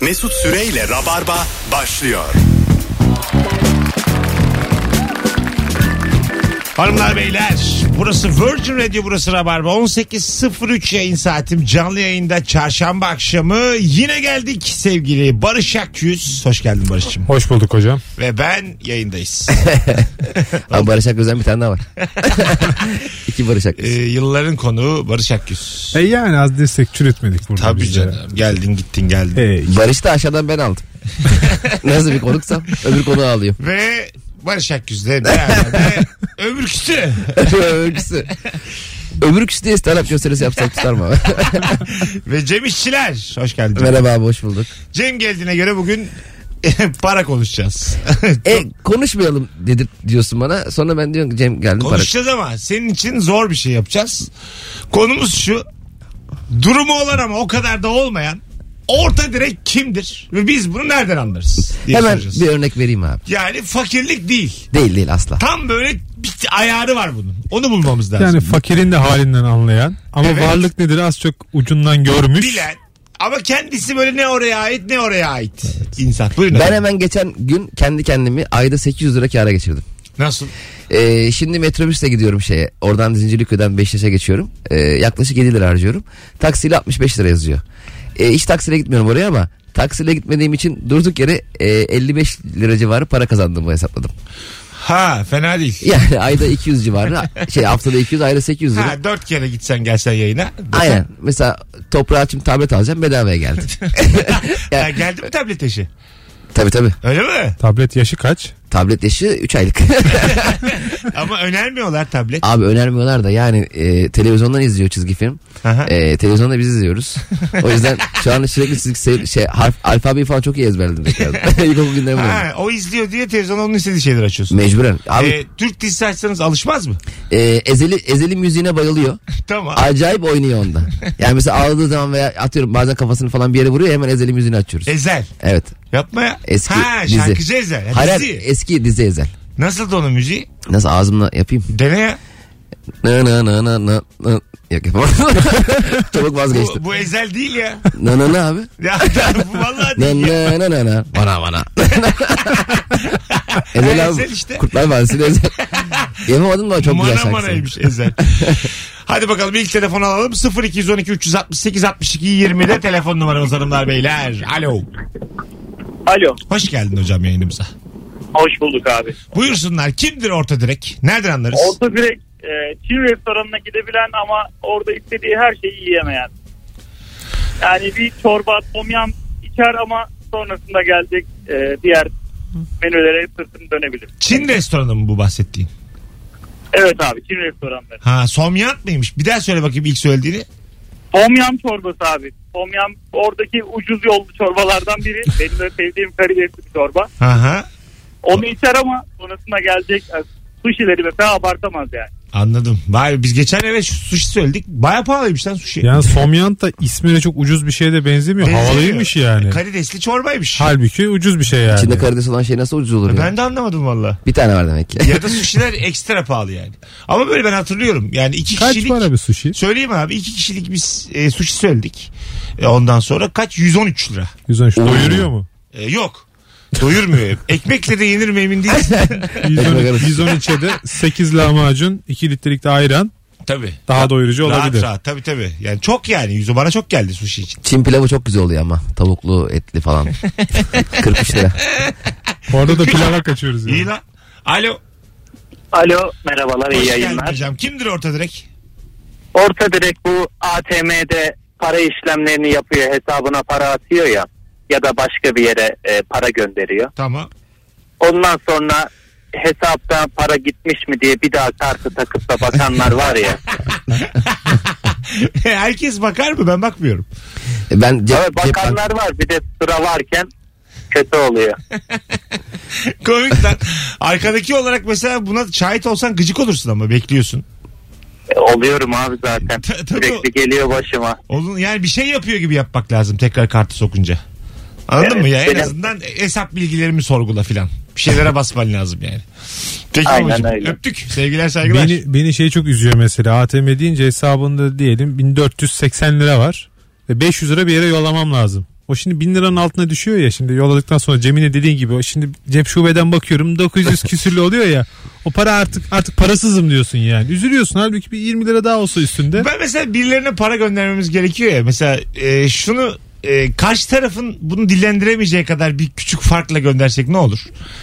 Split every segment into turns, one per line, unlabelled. Mesut Süreyle Rabarba başlıyor.
Hanımlar beyler burası Virgin Radio burası Rabarba 18.03 yayın saatim canlı yayında çarşamba akşamı yine geldik sevgili Barış Akyüz hoş geldin Barış'cığım
Hoş bulduk hocam.
ve ben yayındayız
Abi Barış Akgöz'den bir tane daha var. İki Barış
Ee,
Akgöz.
yılların konuğu Barış Akyüz
E yani az destek çürütmedik burada. E,
tabii
biz de.
canım geldin gittin geldin
Hey.
Barış da aşağıdan ben aldım. Nasıl bir konuksam öbür konuğu alayım.
ve Barış Akyüz'le beraber de ömür küsü
Öbürküsü. Öbürküsü diye stand-up gösterisi yapsak tutar mı? abi?
ve Cem İşçiler hoş geldin Cem.
Merhaba abi hoş bulduk.
Cem geldiğine göre bugün para konuşacağız
E konuşmayalım dedir diyorsun bana. Sonra ben diyorum ki Cem geldim para.
Konuşacağız ama senin için zor bir şey yapacağız. Konumuz şu. Durumu olan ama o kadar da olmayan orta direk kimdir? Ve biz bunu nereden anlarız? Diye
Hemen
soracağız.
bir örnek vereyim abi.
Yani fakirlik değil.
Değil değil asla.
Tam böyle bir ayarı var bunun. Onu bulmamız lazım.
Yani fakirin de halinden anlayan ama
Evet.
varlık nedir az çok ucundan görmüş.
Bilen ama kendisi böyle ne oraya ait ne oraya ait insan. Buyurun.
Ben
efendim.
hemen geçen gün kendi kendimi ayda 800 lira kâra geçirdim.
Nasıl?
Ee, şimdi metrobüsle gidiyorum şeye. Oradan Zincirlikuyu'dan Beşiktaş'a geçiyorum. Ee, yaklaşık 7 lira harcıyorum. Taksiyle 65 lira yazıyor. Ee, hiç taksiyle gitmiyorum oraya ama taksiyle gitmediğim için durduk yere e, 55 lira civarı para kazandım bu hesapladım.
Ha fena değil.
Yani ayda 200 civarı şey haftada 200 ayda 800 lira.
Ha, dört kere gitsen gelsen yayına.
Aynen. Mesela toprağa şimdi tablet alacağım bedavaya geldi.
Ha, geldi mi tablet eşi?
tabii tabii.
Öyle mi?
Tablet yaşı kaç?
Tablet yaşı 3 aylık.
Ama önermiyorlar tablet.
Abi önermiyorlar da yani e, televizyondan izliyor çizgi film.
Aha.
E, televizyonda biz izliyoruz. O yüzden şu an sürekli çizgi se- şey, harf, alfabeyi falan çok iyi ezberledim tekrardan. İlkokul günlerimi oynadım.
Ha, o izliyor diye televizyonda onun istediği şeyleri açıyorsun.
Mecburen. Abi
Ee, Türk dizisi açsanız alışmaz mı?
e, ezeli, ezeli müziğine bayılıyor.
tamam.
Acayip oynuyor onda. Yani mesela ağladığı zaman veya atıyorum bazen kafasını falan bir yere vuruyor hemen ezeli müziğini açıyoruz.
Ezel.
evet.
Yapma ya.
Eski
ha,
dizi.
şarkıcı Ezel. Ha,
Hayır,
dizi.
eski dizi ezel.
Nasıl da onun müziği?
Nasıl ağzımla yapayım?
Dene ya.
Nı nı nı nı nı nı. Yok yapamadım. Çabuk vazgeçtim.
Bu, bu Ezel değil ya.
Nı nı nı abi.
ya bu vallahi
Nı
değil ya.
nı nı nı nı. Bana bana. Ezel abi.
Ee, Ezel işte.
Kurtlar Vadisi'ni ezel. Yapamadım da çok güzel
Mana
şarkı. söylüyor.
manaymış Ezel. Hadi bakalım ilk telefon alalım. 0212 368 62 20'de telefon numaramız hanımlar beyler. Alo.
Alo.
Hoş geldin hocam yayınımıza.
Hoş bulduk abi.
Buyursunlar. Kimdir orta direk? Nereden anlarız?
Orta direkt e, Çin restoranına gidebilen ama orada istediği her şeyi yiyemeyen. Yani bir çorba tom yum içer ama sonrasında gelecek e, diğer menülere sırtını dönebilir.
Çin restoranı mı bu bahsettiğin?
Evet abi Çin restoranları.
Ha somyat mıymış? Bir daha söyle bakayım ilk söylediğini.
Tom yum çorbası abi. Tom yum oradaki ucuz yollu çorbalardan biri. Benim de sevdiğim karidesli bir çorba.
Aha.
Onu içer ama sonrasında gelecek e, sushi'leri mesela abartamaz yani.
Anladım. Vay be, biz geçen eve şu- sushi söyledik. Baya pahalıymış lan sushi.
Yani Somyant da ismine çok ucuz bir şeye de benzemiyor.
Benzemiyor. E,
Havalıymış yani.
Karidesli çorbaymış.
Halbuki ucuz bir şey yani.
İçinde karides olan şey nasıl ucuz olur ya?
Ben de anlamadım valla.
Bir tane var demek ki.
Ya da sushiler ekstra pahalı yani. Ama böyle ben hatırlıyorum. Yani iki
Kaç
kişilik...
para bir sushi?
Söyleyeyim abi iki kişilik biz e, sushi söyledik. E, ondan sonra kaç? 113 lira.
113. Doyuruyor mu?
E, yok. Doyurmuyor. Ekmekle de yenir mi emin değilim.
113, 113'e de 8 lahmacun, 2 litrelik de ayran
tabii.
daha doyurucu
Rahat
olabilir.
rahat tabii tabii. Yani çok yani. Yüzü bana çok geldi sushi için.
Çin pilavı çok güzel oluyor ama. Tavuklu, etli falan. 43 lira.
Orada da pilava kaçıyoruz.
İyi
Yani.
lan. Alo.
Alo merhabalar iyi
Hoş
yayınlar.
geldin hocam. Kimdir orta direk?
Orta direkt bu ATM'de para işlemlerini yapıyor hesabına para atıyor ya ya da başka bir yere e, para gönderiyor.
Tamam.
Ondan sonra hesapta para gitmiş mi diye bir daha kartı takıp da bakanlar var ya.
Herkes bakar mı? Ben bakmıyorum.
E Ben cep,
Evet
cep bank-
bakanlar var bir de sıra varken kötü oluyor.
Komik lan. Arkadaki olarak mesela buna şahit olsan gıcık olursun ama bekliyorsun.
E, oluyorum abi zaten.
Ta- tabii o-
Sürekli geliyor başıma.
Onun yani bir şey yapıyor gibi yapmak lazım tekrar kartı sokunca. Anladın
Evet,
mı ya? En
benim-
azından hesap bilgilerimi sorgula filan. Bir şeylere basman lazım yani. Peki
Aynen
babacığım,
öyle.
öptük. Sevgiler saygılar.
Beni, beni şey çok üzüyor mesela ATM deyince hesabında diyelim 1480 lira var ve 500 lira bir yere yollamam lazım. O şimdi bin liranın altına düşüyor ya şimdi yol aldıktan sonra Cemile dediğin gibi o şimdi cep şubeden bakıyorum 900 küsürlü oluyor ya o para artık artık parasızım diyorsun yani üzülüyorsun halbuki bir 20 lira daha olsa üstünde
Ben mesela birilerine para göndermemiz gerekiyor ya. Mesela e, şunu e, karşı tarafın bunu dillendiremeyeceği kadar bir küçük farkla göndersek ne olur?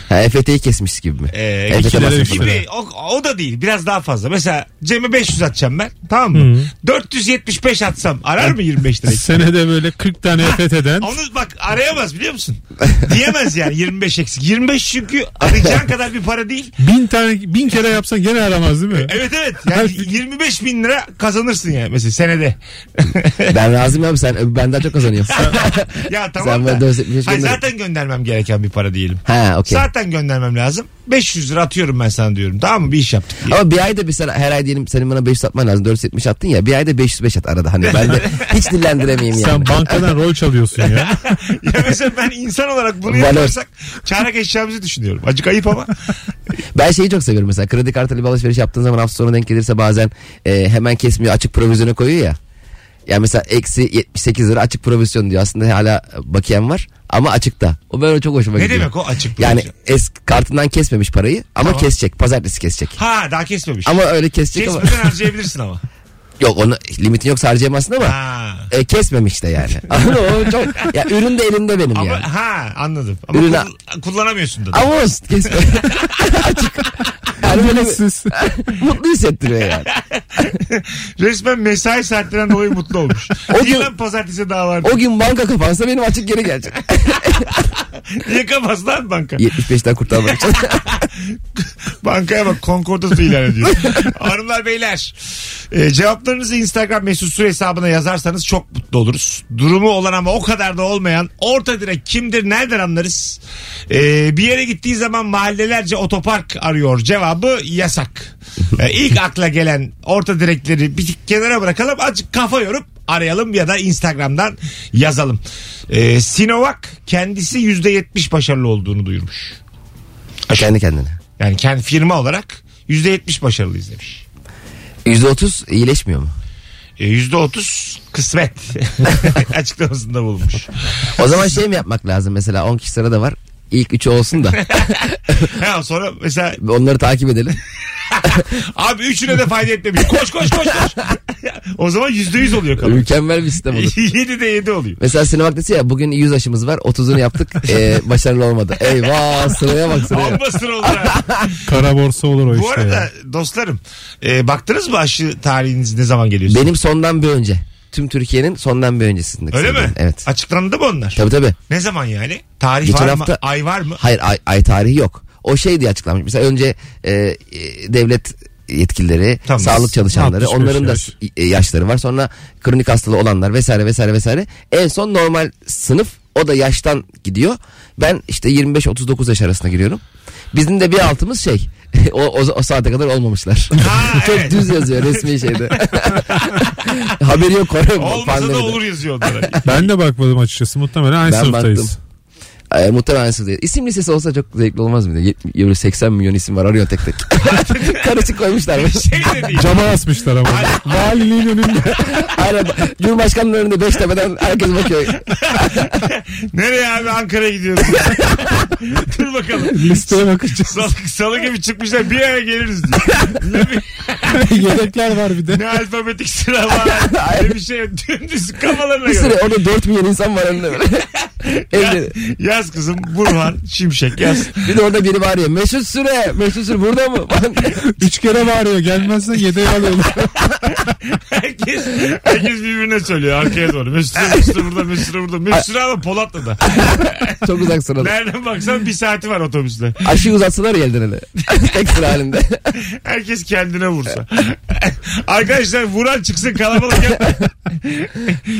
Ha, EFT'yi kesmiş gibi mi?
E,
Evet,
iki
evet,
lira
evet.
gibi. O, o da değil. Biraz daha fazla. Mesela Cem'e 500 atacağım ben. Tamam mı? 475 atsam arar mı 25 lirayı?
senede böyle 40 tane EFT'den
Onu bak arayamaz biliyor musun? Diyemez yani 25 eksik. 25 çünkü arayacağın kadar bir para değil.
bin tane bin kere yapsan gene aramaz değil mi?
Evet evet. Yani 25 bin lira kazanırsın yani mesela senede.
Ben razıyım abi sen ö- ben daha çok kazanıyorum.
Ya
Sen
tamam
bana
da.
dört yüz beş
Hayır,
gönder.
zaten göndermem gereken bir para diyelim.
ha okey.
Zaten göndermem lazım. 500 lira atıyorum ben sana diyorum. Tamam mı? Bir iş yaptık. diye.
Ama bir ayda bir sana her ay diyelim senin bana 500 atman lazım. 470 attın ya bir ayda 505 at arada. Hani ben de hiç dillendiremeyeyim yani.
Sen bankadan rol çalıyorsun ya.
ya mesela ben insan olarak bunu
Valor.
yaparsak çarak eşyamızı düşünüyorum. Acık ayıp ama.
Ben şeyi çok seviyorum mesela kredi kartıyla bir alışveriş yaptığın zaman hafta sonu denk gelirse bazen e, hemen kesmiyor açık provizyona koyuyor ya. Ya mesela eksi 78 lira açık provizyon diyor. Aslında hala bakiyem var ama açıkta. O böyle çok hoşuma
ne
gidiyor.
demek o açık şey?
Yani
proje?
eski kartından kesmemiş parayı ama
Tamam.
kesecek. Pazartesi kesecek.
Ha daha kesmemiş.
Ama öyle kesecek ama
Kesmeden harcayabilirsin ama.
yok onu limitin yoksa harcayamazsın ama
Ha.
e, kesmemiş de yani. Ama o çok ya ürün de elimde benim
Ama
yani.
ha anladım. Ama
Ürüne-
kul- kullanamıyorsun da.
Ama olsun kesme. Açık. Yani böyle bir-
Siz-
mutlu hissettiriyor yani.
Resmen mesai saatlerinden dolayı mutlu olmuş.
O
Niye
gün-
lan pazartesi daha var?
O gün banka kapansa benim açık geri gelecek.
Niye kapatsı lan banka?
75'ten kurtarmak için.
Bankaya bak konkordato ilan ediyor. Hanımlar beyler e, cevaplarınızı Instagram mesut süre hesabına yazarsanız çok mutlu oluruz. Durumu olan ama o kadar da olmayan orta direk kimdir nereden anlarız? E, bir yere gittiği zaman mahallelerce otopark arıyor cevabı yasak. E, ilk akla gelen orta direkleri bir tık kenara bırakalım azıcık kafa yorup arayalım ya da Instagram'dan yazalım. E, Sinovac kendisi %70 başarılı olduğunu duyurmuş.
Kendi kendine.
Yani kendi firma olarak %70 başarılıyız demiş.
%30 iyileşmiyor mu?
E, %30 kısmet açıklamasında bulmuş.
O zaman şey mi yapmak lazım mesela 10 kişi sırada var. İlk üçü olsun da
Ha, sonra mesela
onları takip edelim.
abi üçüne de fayda etmemiş. Koş koş koş koş. o zaman %100 oluyor kalan.
Mükemmel bir sistem olur.
7 de 7 oluyor.
Mesela sinemak dese ya bugün 100 aşımız var 30'unu yaptık ee, başarılı olmadı. Eyvah sıraya bak sıraya.
Almasın olur ha.
Kara borsa olur o
Bu
işte. ya.
arada dostlarım e, baktınız mı aşı tarihiniz ne zaman geliyor?
Benim sondan bir önce. Tüm Türkiye'nin sondan bir öncesinde.
Öyle mi?
Evet.
Açıklandı mı onlar?
Tabii tabii.
Ne zaman yani? Tarih
Geçen
var mı?
hafta-
Ay var mı?
Hayır ay, ay tarihi yok. O şey diye açıklanmış. Mesela önce e, e, devlet yetkilileri,
Tamam.
sağlık çalışanları,
65
onların da
yaş.
e, yaşları var. Sonra kronik hastalığı olanlar vesaire vesaire vesaire. En son normal sınıf o da yaştan gidiyor. Ben işte 25-39 yaş arasına giriyorum. Bizim de bir altımız şey. O, o, o saate kadar olmamışlar.
Ha,
Çok
evet.
düz yazıyor resmi şeyde. Haberi yok Kore
Olmasa da olur yazıyor onlara.
Ben de bakmadım açıkçası muhtemelen aynı
Ben
sınıftayız.
baktım. E, muhtemelen siz de. İsim listesi olsa çok zevkli olmaz mıydı? Yet- Böyle 80 milyon isim var arıyor tek tek. Karışık koymuşlar.
şey de değil.
Cama asmışlar ama. Valiliğin önünde.
Aynen. Cumhurbaşkanının önünde 5 tepeden herkes bakıyor.
Nereye abi Ankara'ya gidiyorsun? Dur bakalım.
Listeye bakacağız.
Salı, salı gibi çıkmışlar bir ara geliriz diyor. Ne, bir-
Yedekler var bir de.
ne alfabetik sıra var. ne bir şey. Dümdüz kafalarına
Bir
göre.
süre orada 4 milyon insan var önünde böyle.
Yaz,
Evde.
yaz kızım Burhan Şimşek yaz.
Bir de orada biri bağırıyor. Mesut Süre. Mesut Süre burada mı? Falan.
Üç kere bağırıyor. Gelmezse yedeği alıyorlar.
Herkes herkes birbirine söylüyor arkaya doğru. Mesut Süre, Mesut Süre burada Mesut Süre burada. Mesut Süre ama Polatlı'da.
Çok uzak sırada.
Nereden baksan bir saati var otobüsle.
Aşıyı uzatsalar ya elden ele. Tek sıra halinde.
Herkes kendine vursa. Arkadaşlar vuran çıksın kalabalık yapmayın.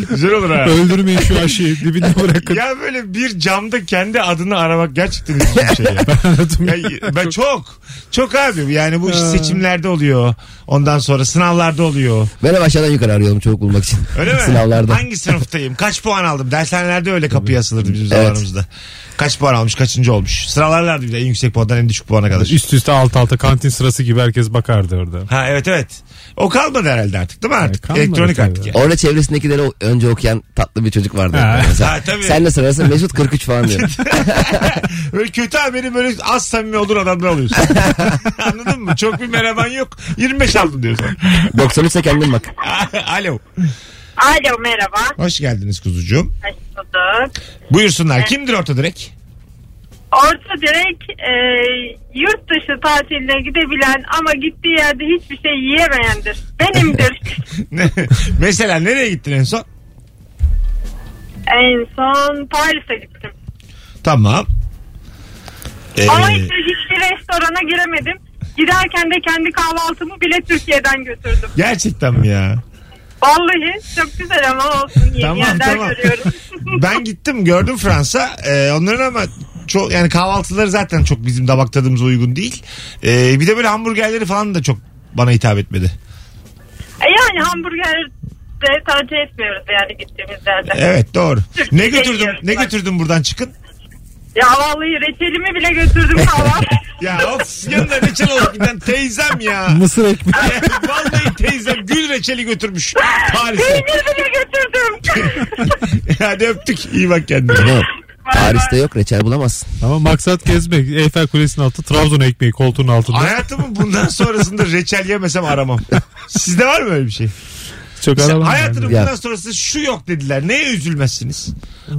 Güzel olur ha.
Öldürmeyin şu aşıyı. Dibine bırakın.
Ya böyle bir camda kendi adını aramak gerçekten üzücü bir şey ya.
Anladın mı?
Ya ben çok çok abi yani bu iş
Ee.
seçimlerde oluyor. Ondan sonra sınavlarda oluyor.
Ben hep aşağıdan yukarı arıyorum çocuk bulmak için.
Öyle mi?
Sınavlarda.
Hangi sınıftayım? Kaç puan aldım? Dershanelerde öyle kapıya asılırdı bizim
Evet.
zamanımızda. Kaç puan almış? Kaçıncı kaçıncı olmuş. Sıralarlardı bir de en yüksek puandan en düşük puana kadar.
Üst üste alt alta kantin sırası gibi herkes bakardı orada.
Ha evet evet. O kalmadı herhalde artık değil mi artık?
kalmadı
Elektronik
tabii.
artık yani.
Orada çevresindekileri o- önce okuyan tatlı bir çocuk vardı.
Ha.
Mesela.
Ha, tabii.
Sen de sırarsın Mesut 43 falan diyor.
Böyle kötü haberin böyle az samimi olur adamlar oluyorsun. Anladın mı? Çok bir merhaban yok. 25 aldın diyorsun.
93'e kendin bak.
Alo.
Alo merhaba.
Hoş geldiniz kuzucuğum.
Hoş bulduk.
Buyursunlar. Kimdir orta direk?
Orta direkt e, yurt dışı tatiline gidebilen ama gittiği yerde hiçbir şey yiyemeyendir. Benimdir.
Ne- Mesela nereye gittin en son?
en son Paris'e gittim.
Tamam. Ee,
Ama işte hiçbir restorana giremedim. Giderken de kendi kahvaltımı bile Türkiye'den götürdüm.
gerçekten mi ya?
Vallahi çok güzel ama olsun. Yeni
Tamam,
yerler
tamam.
görüyorum.
Ben gittim gördüm Fransa. Ee, onların ama çok yani kahvaltıları zaten çok bizim damak tadımıza uygun değil. Ee, bir de böyle hamburgerleri falan da çok bana hitap etmedi.
E yani hamburger de tercih etmiyoruz yani gittiğimiz yerde.
Evet doğru. Ne
Türkiye'de
götürdüm?
yiyoruz
Ne
bak.
götürdüm buradan çıkın?
Ya vallahi reçelimi bile götürdüm kahvaltı.
Ya of yanında reçel olup giden teyzem ya.
Mısır ekmek.
Vallahi teyzem gül reçeli götürmüş Paris'e.
Peynir bile götürdüm.
Hadi öptük. İyi bak kendine.
Yok. Paris'te yok reçel bulamazsın.
Ama maksat gezmek. Eyfel Kulesi'nin altı Trabzon ekmeği koltuğun altında.
Hayatımın bundan sonrasında reçel yemesem aramam. Sizde var mı öyle bir şey?
Çok
Sen
aramam.
hayatının
yani.
Ya.
bundan sonrası şu yok dediler. Neye üzülmezsiniz?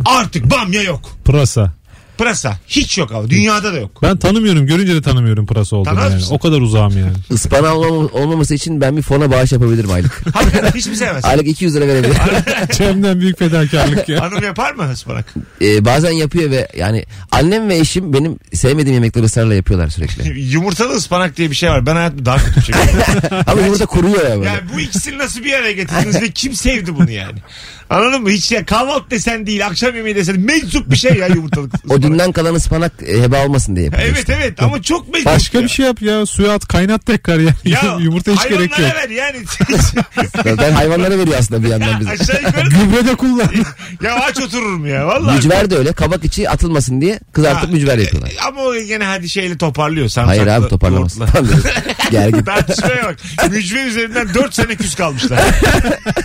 Artık bamya yok.
Pırasa.
Pırasa. Hiç yok abi. Dünyada da yok.
Ben tanımıyorum. Görünce de tanımıyorum pırasa olduğunu
Tanımaz
yani.
mısın?
O kadar uzağım yani.
Ispanak olmam- olmaması için ben bir fona bağış yapabilirim aylık.
Hakikaten hiçbir sevmez.
Aylık 200 lira verebilirim.
Cem'den büyük fedakarlık ya.
Hanım yapar mı ıspanak?
Ee, bazen yapıyor ve yani annem ve eşim benim sevmediğim yemekleri ısrarla yapıyorlar sürekli.
Yumurtalı ıspanak diye bir şey var. Ben hayatımda daha kötü bir şey görmedim.
Ama burada kuruyor ya böyle.
Yani bu ikisini nasıl bir araya getirdiniz ve kim sevdi bunu yani? Anladın mı? Hiç ya kahvaltı desen değil, akşam yemeği desen meczup bir şey ya yumurtalık
o
ıspanak.
dünden kalan ıspanak e, heba olmasın diye yapıyor.
Evet evet ama çok meczup.
Başka
ya.
bir şey yap ya. Suya at kaynat tekrar ya. Yumurta hiç gerek yok.
hayvanlara ver yani.
Ben hayvanlara veriyor aslında bir yandan bize.
Aşağı yukarı.
Gübre de kullan.
Ya aç otururum ya vallahi.
Mücver de öyle kabak içi atılmasın diye kızartıp
Ha,
mücver
e,
yapıyorlar.
Ama o gene hadi şeyle toparlıyor. Sarımsaklı,
Hayır abi toparlamaz.
yoğurtla.
Gergin.
Tartışmaya bak. Mücver üzerinden 4 sene küs kalmışlar.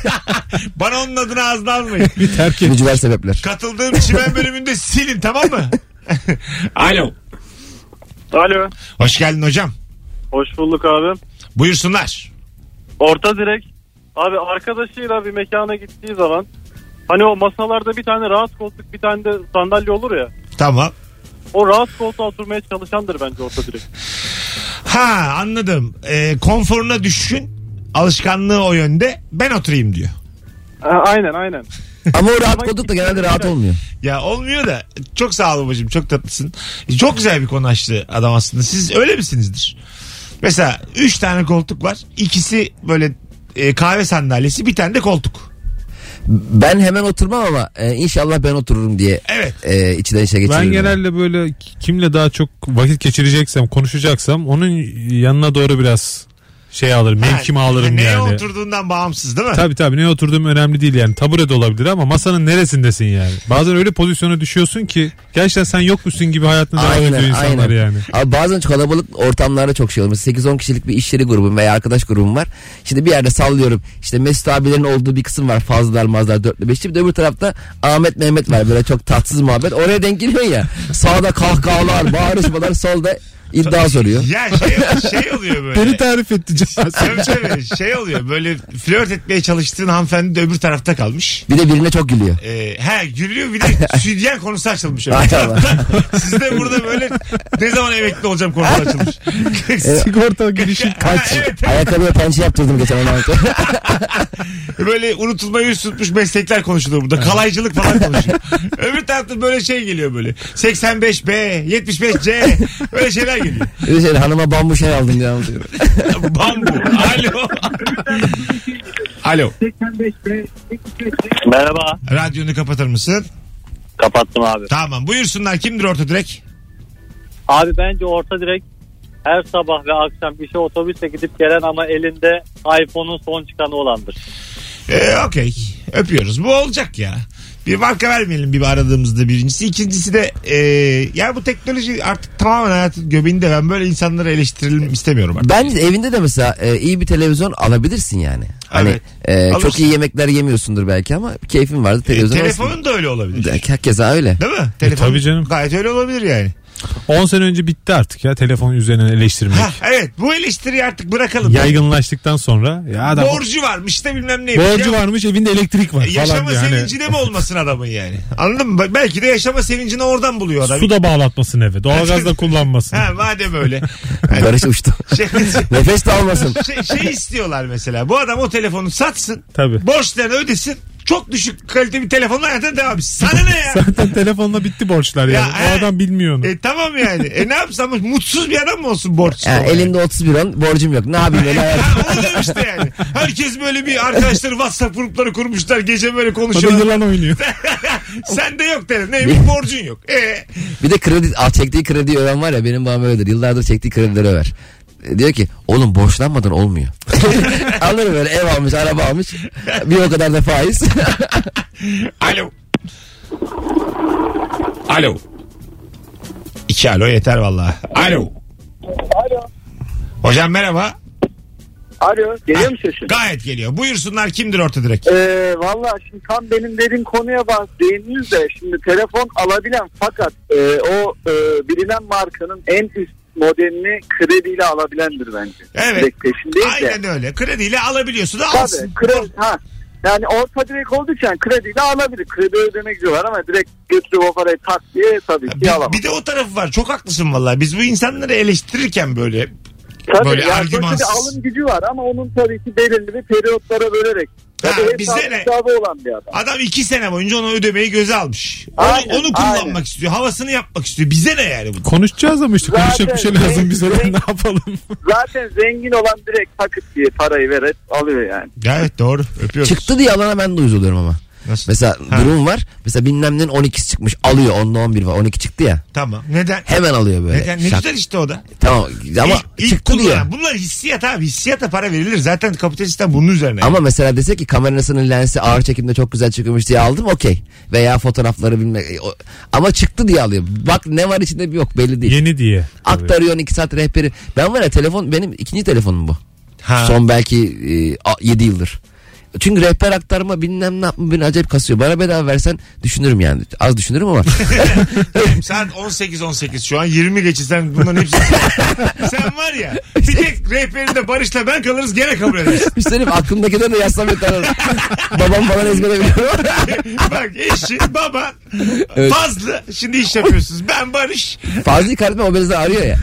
Bana onun adını ağzına almayın.
Bir terk et.
Mücver sebepler.
Katıldığım çimen bölümünde silin tamam mı? Alo.
Alo.
Hoş geldin hocam.
Hoş bulduk abi.
Buyursunlar.
Orta direkt. Abi arkadaşıyla bir mekana gittiği zaman hani o masalarda bir tane rahat koltuk bir tane de sandalye olur ya.
Tamam.
O rahat koltuğa oturmaya çalışandır bence orta direkt.
Ha anladım. Ee, konforuna düşsün. Alışkanlığı o yönde. Ben oturayım diyor.
Ha, aynen aynen.
Ama o rahat koltuk da genelde rahat olmuyor.
Ya olmuyor da çok sağ ol babacığım çok tatlısın. E, Çok güzel bir konu açtı adam aslında. Siz öyle misinizdir? Mesela 3 tane koltuk var. İkisi böyle e, kahve sandalyesi bir tane de koltuk.
Ben hemen oturmam ama e, inşallah ben otururum diye
Evet.
e, içinden içe geçiririm.
Ben genelde böyle kimle daha çok vakit geçireceksem, konuşacaksam onun yanına doğru biraz şey alırım, mevkimi
Ha,
alırım
Neye
yani.
oturduğundan bağımsız değil mi?
Tabii tabii ne oturduğum önemli değil yani. Tabure de olabilir ama masanın neresindesin yani. Bazen öyle pozisyona düşüyorsun ki gerçekten sen yokmuşsun gibi hayatını devam ediyor insanlar yani.
Abi bazen çok kalabalık ortamlarda çok şey olmuş. 8-10 kişilik bir iş yeri grubum veya arkadaş grubum var. Şimdi bir yerde sallıyorum. İşte Mesut abilerin olduğu bir kısım var. Fazlalar mazlar dörtlü beşli. Bir de öbür tarafta Ahmet Mehmet var. Böyle çok tatsız muhabbet. Oraya denk geliyorsun ya. Sağda kahkahalar, bağırışmalar. Solda iddia soruyor.
Ya şey, şey oluyor böyle.
Beni tarif etti Can.
Tabii tabii, şey oluyor böyle flört etmeye çalıştığın hanımefendi de öbür tarafta kalmış.
Bir de birine çok gülüyor.
Ee, he gülüyor bir de sütyen konusu açılmış. öbür
Ay
tarafta.
Allah.
Siz de burada böyle ne zaman emekli olacağım konusu açılmış.
E, Sigorta girişi
Ha,
Kaç
E, evet, evet.
ayakkabıya pençe yaptırdım geçen onu
Böyle unutulmayı yüz tutmuş meslekler konuşuluyor burada. Kalaycılık falan konuşuyor. Öbür tarafta böyle şey geliyor böyle. 85B, 75C böyle şeyler geliyor.
Bir de şey, hanıma bambu şey aldım diye anlatıyor.
Bambu. Alo. Alo.
Merhaba.
Radyonu kapatır mısın?
Kapattım abi.
Tamam. Buyursunlar. Kimdir orta direk?
Abi bence orta direkt her sabah ve akşam işe otobüsle gidip gelen ama elinde iPhone'un son çıkanı olandır.
Ee, Okey. Öpüyoruz. Bu olacak ya. Bir marka vermeyelim bir aradığımızda birincisi. İkincisi de e, ya bu teknoloji artık tamamen hayatın göbeğinde ben böyle insanları eleştirelim istemiyorum artık.
Ben evinde de mesela e, iyi bir televizyon alabilirsin yani. Hani
Evet.
e, çok
Alırsın.
iyi yemekler yemiyorsundur belki ama keyfin vardı
E,
televizyon
telefonun da öyle olabilir.
alırsın. Herkese öyle.
Değil mi? Telefon
E, tabii canım.
Gayet öyle olabilir yani.
10 sene önce bitti artık ya telefon üzerine eleştirmek.
Ha, evet bu eleştiriyi artık bırakalım.
Yaygınlaştıktan sonra ya adam
Borcu varmış da bilmem neymiş.
borcu
Ya- E,
varmış evinde elektrik var
Yaşama
falan diye. Hani
sevincine mi olmasın adamın yani? Anladın mı? Belki de yaşama sevincini oradan buluyor adam.
su da bağlatmasın eve. Doğalgaz da kullanmasın.
Ha madem öyle. Yani
Barış uçtu.
şey,
Nefes de almasın.
şey, şey istiyorlar mesela. Bu adam o telefonu satsın.
Tabii.
Borçlarını ödesin. Çok düşük kalite bir telefonla hayatına devam etsin. Sana ne ya?
Zaten telefonla bitti borçlar yani.
Ya,
o adam bilmiyor onu.
e tamam yani. E ne yapsam? Mutsuz bir adam mı olsun borçlu?
Yani elimde 31 on borcum yok. Ne yapayım öyle hayat.
Ha, onu diyorum işte yani. Herkes böyle bir arkadaşları WhatsApp grupları kurmuşlar. Gece böyle
O da
konuşuyorlar.
yılan oynuyor.
Sende yok derim. Neymiş borcun yok. E,
Bir de kredi, al çektiği krediyi öven var ya benim babam öyledir. Yıllardır çektiği kredileri över. E, Diyor ki oğlum borçlanmadan olmuyor. Alır böyle ev almış, araba almış. Bir o kadar da faiz.
Alo. Alo. İki alo yeter vallahi. Alo.
Alo.
Hocam merhaba.
Alo. Geliyor mu sesin?
Gayet geliyor. Buyursunlar kimdir orta direkt?
Ee, Valla şimdi tam benim dediğim konuya bas değindiniz de şimdi telefon alabilen fakat e, o e, bilinen markanın en üst modelini krediyle alabilendir bence.
Evet.
Direkt peşin değil de.
Aynen öyle. Krediyle alabiliyorsun da alsın.
Tabii kredi ha. Yani orta direkt olduğu için krediyle alabilir. Kredi ödemek diyorlar ama direkt götürüp o parayı tak diye tabii ki alamaz.
Bir, bir de o tarafı var. Çok haklısın vallahi. Biz bu insanları eleştirirken böyle
Tabii
böyle
yani
argümansız.
sonuçta bir alım gücü var ama onun tabii ki belirli bir periyotlara bölerek.
Ha,
Tabii hesabı,
bizde ne?
hesabı olan bir adam.
Adam iki sene boyunca onu ödemeyi göze almış. Onu,
Aynen,
onu kullanmak
aynen.
istiyor. Havasını yapmak istiyor. Bize ne yani bu?
Konuşacağız ama işte
Zaten
konuşacak bir şey lazım
direkt-
bize de
direkt-
ne yapalım.
Zaten zengin olan direkt takıp diye parayı verip alıyor yani.
Evet doğru. Öpüyoruz.
Çıktı diye alana ben de uyuz oluyorum ama.
Nasıl?
Mesela
Ha.
durum var. Mesela bilmem nenin 12'si çıkmış alıyor. Onda 11 var. 12 çıktı ya.
Tamam. Neden?
Hemen alıyor böyle.
Neden? Ne
Şak.
güzel işte o da.
Tamam ama
İlk- ilk
çıktı diye.
kullanan. Bunlar hissiyat abi. Hissiyata para verilir. Zaten kapitalist sistem bunun üzerine.
Ama mesela dese ki kamerasının lensi ağır çekimde çok güzel çıkmış diye aldım okey. Veya fotoğrafları bilmek. Ama çıktı diye alıyor. Bak ne var içinde bir yok belli değil.
Yeni diye.
Aktarıyorsun iki saat rehberi. Ben var ya telefon benim ikinci telefonum bu.
Ha.
Son belki 7 yıldır. Çünkü rehber aktarma bilmem ne yapma beni acayip kasıyor. Bana bedava versen düşünürüm yani. Az düşünürüm ama.
Sen 18-18 şu an 20 geçirsen bunların hepsi. Sen var ya bir tek rehberinde Barış'la ben kalırız gene kabul ederiz.
Üstelik aklımdakileri de yazsam yeter. Babam falan ezbere biliyor.
Bak eşi, baba,
Evet.
fazla şimdi iş yapıyorsunuz. Ben Barış.
Fazlıyı kaydetmem o beni zaten arıyor ya.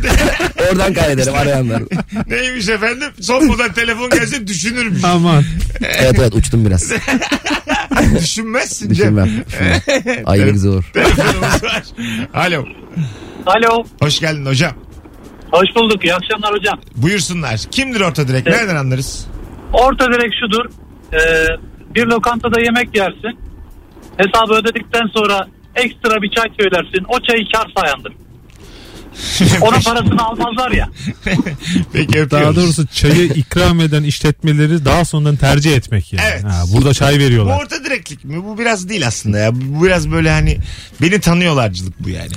Oradan kaydederim arayanlar.
Neymiş efendim? Son buradan telefon gelse düşünürmüş.
Aman.
Evet evet uçtum biraz.
Düşünmezsin Cem.
Düşünmem. düşünmem. Aylık zor.
Telefonumuz var. Alo.
Alo.
Hoş geldin hocam.
Hoş bulduk. İyi akşamlar hocam.
Buyursunlar. Kimdir orta direkt?
Evet.
Nereden anlarız?
Orta direkt şudur. Ee, bir lokantada yemek yersin. Hesabı ödedikten sonra ekstra bir çay söylersin. O çayı kar sayandır. Onun parasını almazlar ya.
Peki öpüyoruz.
Daha doğrusu çayı ikram eden işletmeleri daha sonradan tercih etmek yani.
Evet.
Ha, burada çay
Bu
veriyorlar.
orta direktlik mi? Bu biraz değil aslında ya. Bu biraz böyle hani beni tanıyorlarcılık bu yani.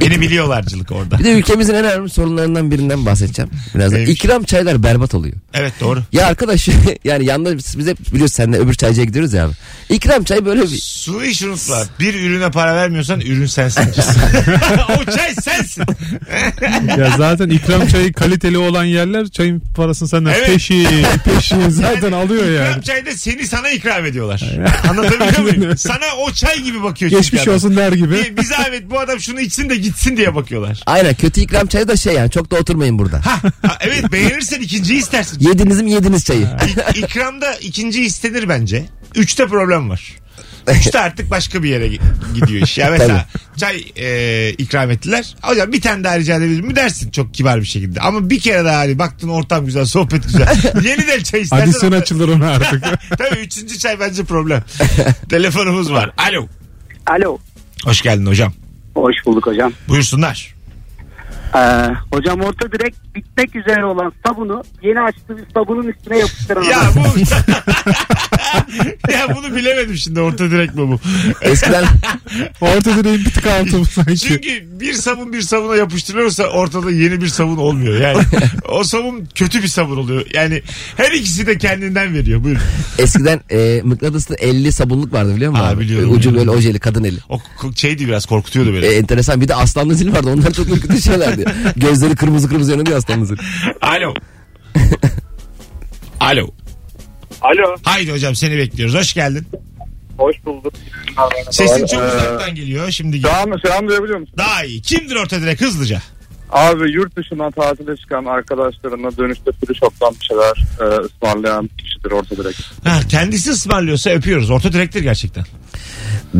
beni biliyorlarcılık orada.
Bir de ülkemizin en önemli sorunlarından birinden bahsedeceğim. Birazdan.
Neymiş?
İkram çaylar berbat oluyor.
Evet doğru.
Ya arkadaş yani yanında biz biz hep biliyoruz seninle öbür çaycıya gidiyoruz ya abi. İkram çayı böyle bir...
Su iş unutma. Bir ürüne para vermiyorsan ürün sensin. o çay sensin.
Ya zaten ikram çayı kaliteli olan yerler çayın parasını senden
Evet.
peşin peşin zaten alıyor
İkram
yani.
çayda seni sana ikram ediyorlar. Anlatabiliyor
Aynen öyle.
muyum? Sana o çay gibi bakıyor çünkü
Geçmiş
adam.
olsun der gibi.
Bir, bir zahmet bu adam şunu içsin de gitsin diye bakıyorlar.
Aynen kötü ikram çayı da şey yani çok da oturmayın burada.
Ah.
Ha, ha, evet beğenirsen ikinciyi istersin.
Yediniz mi yediniz çayı.
İ- İkramda ikinci istenir bence. Üçte problem var. Üçte artık başka bir yere gi- gidiyor iş. Ya mesela çay e, ikram ettiler. Hocam bir tane daha rica edebilir mi dersin çok kibar bir şekilde. Ama bir kere daha hani baktın ortam güzel, sohbet güzel. Yeniden çay istersen.
Adisyon açılır ona artık.
Tabii üçüncü çay bence problem. Telefonumuz var. Alo.
Alo.
Hoş geldin hocam.
Hoş bulduk hocam.
Buyursunlar.
Ee, hocam orta direkt bitmek üzere olan sabunu yeni açtığı bir sabunun üstüne yapıştıran
Ya
adam.
bu ya bunu bilemedim şimdi orta direk mi bu?
Eskiden
Orta direğin bir tık altı bu sanki.
Çünkü bir sabun bir sabuna yapıştırılıyorsa ortada yeni bir sabun olmuyor. Yani o sabun kötü bir sabun oluyor. Yani her ikisi de kendinden veriyor. Buyurun.
eskiden e, mıknatıslı elli sabunluk vardı biliyor musun?
Aa,
abi?
biliyorum,
Ucu
biliyorum.
böyle ojeli kadın eli.
O k- şeydi biraz korkutuyordu beni.
E, enteresan bir de aslanlı zil vardı. Onlar çok ürkütücü şeylerdi. Gözleri kırmızı kırmızı yanıyordu ya aslanlı zil.
Alo. Alo.
Alo.
Haydi hocam seni bekliyoruz. Hoş geldin.
Hoş bulduk.
Sesin çok
Ee,
uzaktan geliyor. Şimdi
Şu an, şu an duyabiliyor musun?
daha iyi. Kimdir orta direk hızlıca?
Abi yurt dışından tatile çıkan arkadaşlarına dönüşte sürü şoktan bir şeyler e, ısmarlayan kişidir orta direkt.
Ha, kendisi ısmarlıyorsa öpüyoruz. Orta direktir gerçekten.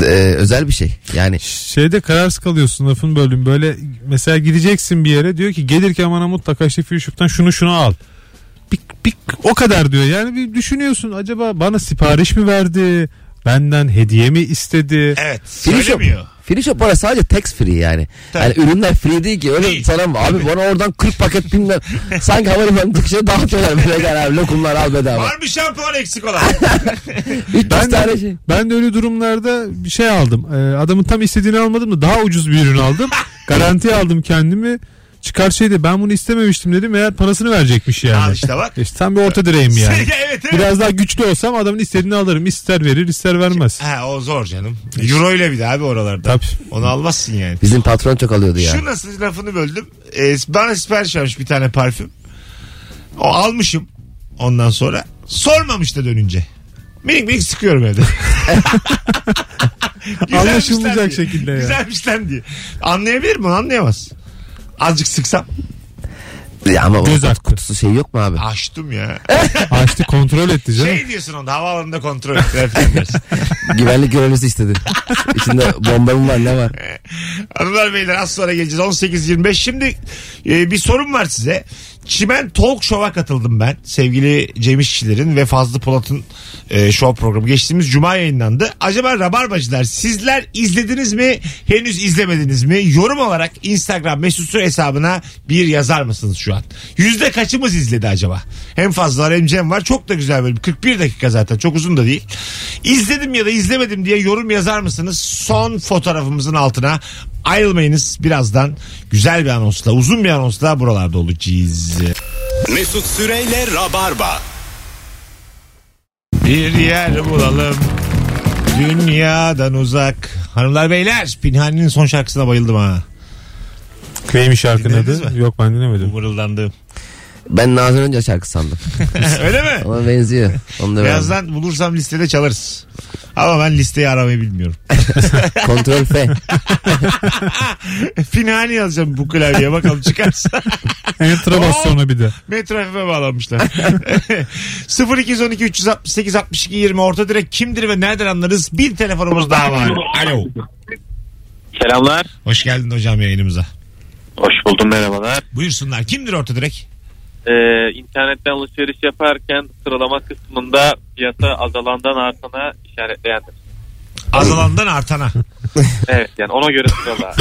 E, özel bir şey. Yani
Şeyde kararsız kalıyorsun lafın bölüm böyle mesela gideceksin bir yere diyor ki gelirken bana mutlaka işte Fiyuşup'tan şunu şunu al. Bir, bir, o kadar diyor yani bir düşünüyorsun acaba bana sipariş mi verdi benden hediye mi istedi
Evet.
free shop.
Söylemiyor.
Free shop para sadece tax free yani.
Tabii.
Yani ürünler free değil ki. Öyle
Değil.
sana abi bana oradan 40 paket bilmem. Sanki havalimanı çıkışına dağıtıyorlar. Böyle gel abi lokumlar al bedava.
Var mı şampuan eksik olan?
300
Ben
tane
de,
şey.
ben de öyle durumlarda bir şey aldım. Ee, adamın tam istediğini almadım da daha ucuz bir ürün aldım. Garantiye aldım kendimi. Çıkar şeydi ben bunu istememiştim dedim eğer parasını verecekmiş yani.
Al işte bak.
İşte tam bir orta direğim yani.
evet evet.
Biraz daha güçlü olsam adamın istediğini alırım. İster verir ister vermez.
Şey, Ha, o zor canım. Euro ile bir de abi oralarda.
Tabii.
Onu almazsın yani.
Bizim patron çok alıyordu ya.
Şu nasıl lafını böldüm. Ee, bana sipariş vermiş bir tane parfüm. O almışım ondan sonra. Sormamış da dönünce. Minik minik sıkıyorum evde. Güzelmiş lan
Anlaşılmayacak
diye.
şekilde ya.
Güzelmiş lan diye. Anlayabilir mi? Anlayamaz. Azıcık sıksam.
Ya ama
Göz
o
hakkı.
kutusu şey yok mu abi?
Açtım ya.
Açtı kontrol etti canım.
Şey diyorsun onda havaalanında kontrol ettiler falan dersin.
Güvenlik görevlisi istedi. İçinde bomba mı var ne var?
Hanımlar beyler az sonra geleceğiz 18.25. Şimdi e, bir sorum var size. Çimen Talk Show'a katıldım ben. Sevgili Cem İşçilerin ve Fazlı Polat'ın e, show programı geçtiğimiz cuma yayınlandı. Acaba Rabarbacılar sizler izlediniz mi? Henüz izlemediniz mi? Yorum olarak Instagram mesut Süre hesabına bir yazar mısınız şu an? Yüzde kaçımız izledi acaba? Hem Fazlı var hem Cem var. Çok da güzel bölüm. 41 dakika zaten. Çok uzun da değil. İzledim ya da izlemedim diye yorum yazar mısınız? Son fotoğrafımızın altına ayrılmayınız. Birazdan güzel bir anonsla, uzun bir anonsla buralarda olacağız.
Mesut Süreyle Rabarba.
Bir yer bulalım. Dünyadan uzak. Hanımlar beyler, Pinhani'nin son şarkısına bayıldım ha.
Neymiş şarkının
Dinlediniz
adı?
mi?
Yok ben dinlemedim.
Mırıldandım.
Ben Nazan Önce şarkı sandım.
Öyle mi?
Ona benziyor. Onu da beğendim.
Birazdan bulursam listede çalarız. Ama ben listeyi aramayı bilmiyorum.
Kontrol F.
Pinhani yazacağım bu klavyeye bakalım çıkarsa.
Enter'a bas sonra bir de.
Metro FM'e bağlanmışlar. 0212 368 62 20 orta direk kimdir ve nereden anlarız? Bir telefonumuz daha var. Alo.
Selamlar.
Hoş geldin hocam yayınımıza.
Hoş buldum merhabalar.
Buyursunlar. Kimdir orta direk?
Ee, internetten alışveriş yaparken sıralama kısmında fiyatı azalandan artana işaretleyendir.
Azalandan artana.
Evet yani ona göre sırala.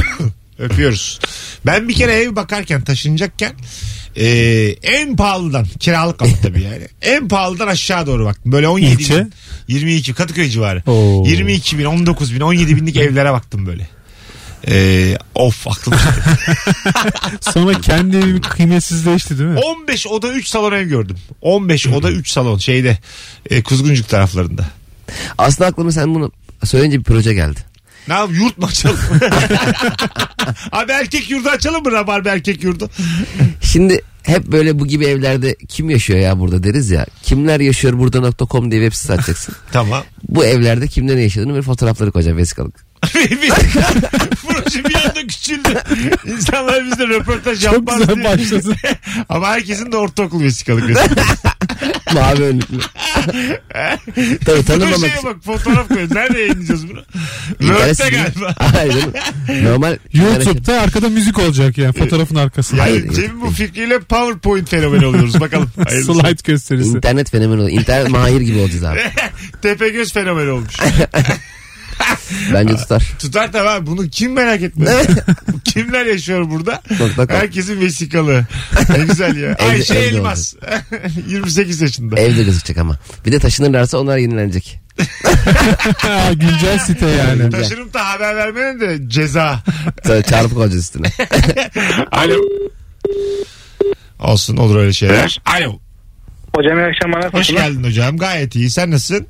Öpüyoruz. Ben bir kere ev bakarken taşınacakken e, en pahalıdan kiralık ama tabii yani. En pahalıdan aşağı doğru baktım. Böyle 17
İlçe?
bin, 22 Kadıköy civarı.
Oo.
22 bin, 19 bin, 17 binlik evlere baktım böyle. E, of aklım çıktı.
Sonra kendi evim kıymetsizleşti değil mi?
15 oda 3 salon ev gördüm. 15 oda 3 salon şeyde e, Kuzguncuk taraflarında.
Aslında aklıma sen bunu söyleyince bir proje geldi.
Ne yap yurt mu açalım? Abi erkek yurdu açalım mı Rabarba erkek yurdu?
Şimdi hep böyle bu gibi evlerde kim yaşıyor ya burada deriz ya. Kimler yaşıyor burada.com diye web sitesi açacaksın.
Tamam.
bu evlerde kimlerin yaşadığını ve fotoğrafları koyacağım vesikalık.
bir, proje bir anda küçüldü. İnsanlar bizle röportaj
Çok
yapmaz
güzel
diye.
başlasın.
Ama herkesin de ortaokul vesikalık vesikalık.
Mavi önlüklü. Tabii
Bu
tanımamak
şeye
için.
bak fotoğraf koyuyoruz. Nerede yayınlayacağız bunu?
İnternet
Röpte
sitesi-
şey galiba.
Hayır canım. Normal.
YouTube'da arkada müzik olacak yani fotoğrafın arkasında.
Yani
Hayır, yok,
Cem'in bu fikriyle PowerPoint fenomeni oluyoruz. Bakalım. Hayırlısı.
Slide gösterisi.
İnternet fenomeni olur. İnternet mahir gibi olacağız abi.
Tepegöz fenomeni olmuş.
Bence tutar.
Tutar tamam bunu kim merak etmez. Kimler yaşıyor burada?
Nokta com.
Herkesin vesikalı. Ne güzel ya.
Evde-
Ayşe
evde
Elmas. 28 yaşında.
Evde gözükecek ama. Bir de taşınırlarsa onlar yenilenecek.
Güncel site yani.
Taşınıp da haber vermenin de ceza.
Sonra çarpık olacağız üstüne.
Alo. Olsun olur öyle şeyler. Alo.
Hocam iyi akşamlar
Hoş
nasılsınız?
geldin hocam. Gayet iyi. Sen nasılsın?